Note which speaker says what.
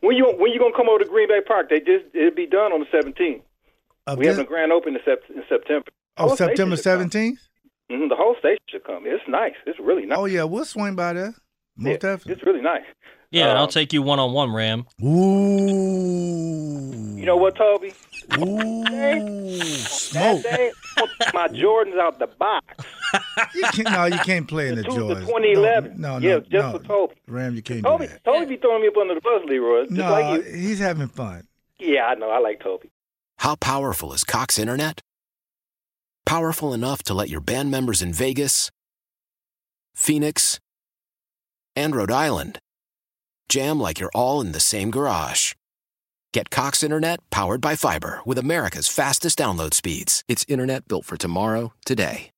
Speaker 1: When you when you gonna come over to Green Bay Park? They just it'll be done on the seventeenth.
Speaker 2: Of
Speaker 1: We
Speaker 2: this-
Speaker 1: having a grand opening in Sep- in September.
Speaker 2: oh,
Speaker 1: Whole station
Speaker 2: September
Speaker 1: should come.
Speaker 2: seventeenth.
Speaker 1: Mhm, the whole station should come. It's nice. It's really nice.
Speaker 2: Oh yeah, we'll swing by there. Most
Speaker 1: Yeah,
Speaker 2: definitely.
Speaker 1: It's really nice.
Speaker 3: Yeah, and I'll
Speaker 1: Um,
Speaker 3: take you one on one, Ram.
Speaker 2: Ooh.
Speaker 1: You know what, Toby?
Speaker 2: Ooh.
Speaker 1: That
Speaker 2: Smoke.
Speaker 1: day, my Jordans out the box.
Speaker 2: You can't, no, you can't play in the
Speaker 1: To the
Speaker 2: Jordans.
Speaker 1: 2011.
Speaker 2: No, no,
Speaker 1: Yeah,
Speaker 2: no,
Speaker 1: just
Speaker 2: no.
Speaker 1: for Toby.
Speaker 2: Ram, you can't do
Speaker 1: Toby,
Speaker 2: that.
Speaker 1: Toby be throwing me up under the bus, Leroy. Just
Speaker 2: No,
Speaker 1: like you.
Speaker 2: he's having fun.
Speaker 1: Yeah, I know. I like Toby.
Speaker 4: How powerful is Cox Internet? Powerful enough to let your band members in Vegas, Phoenix, and Rhode Island jam like you're all in the same garage. Get Cox Internet powered by fiber with America's fastest download speeds. It's internet built for tomorrow, today.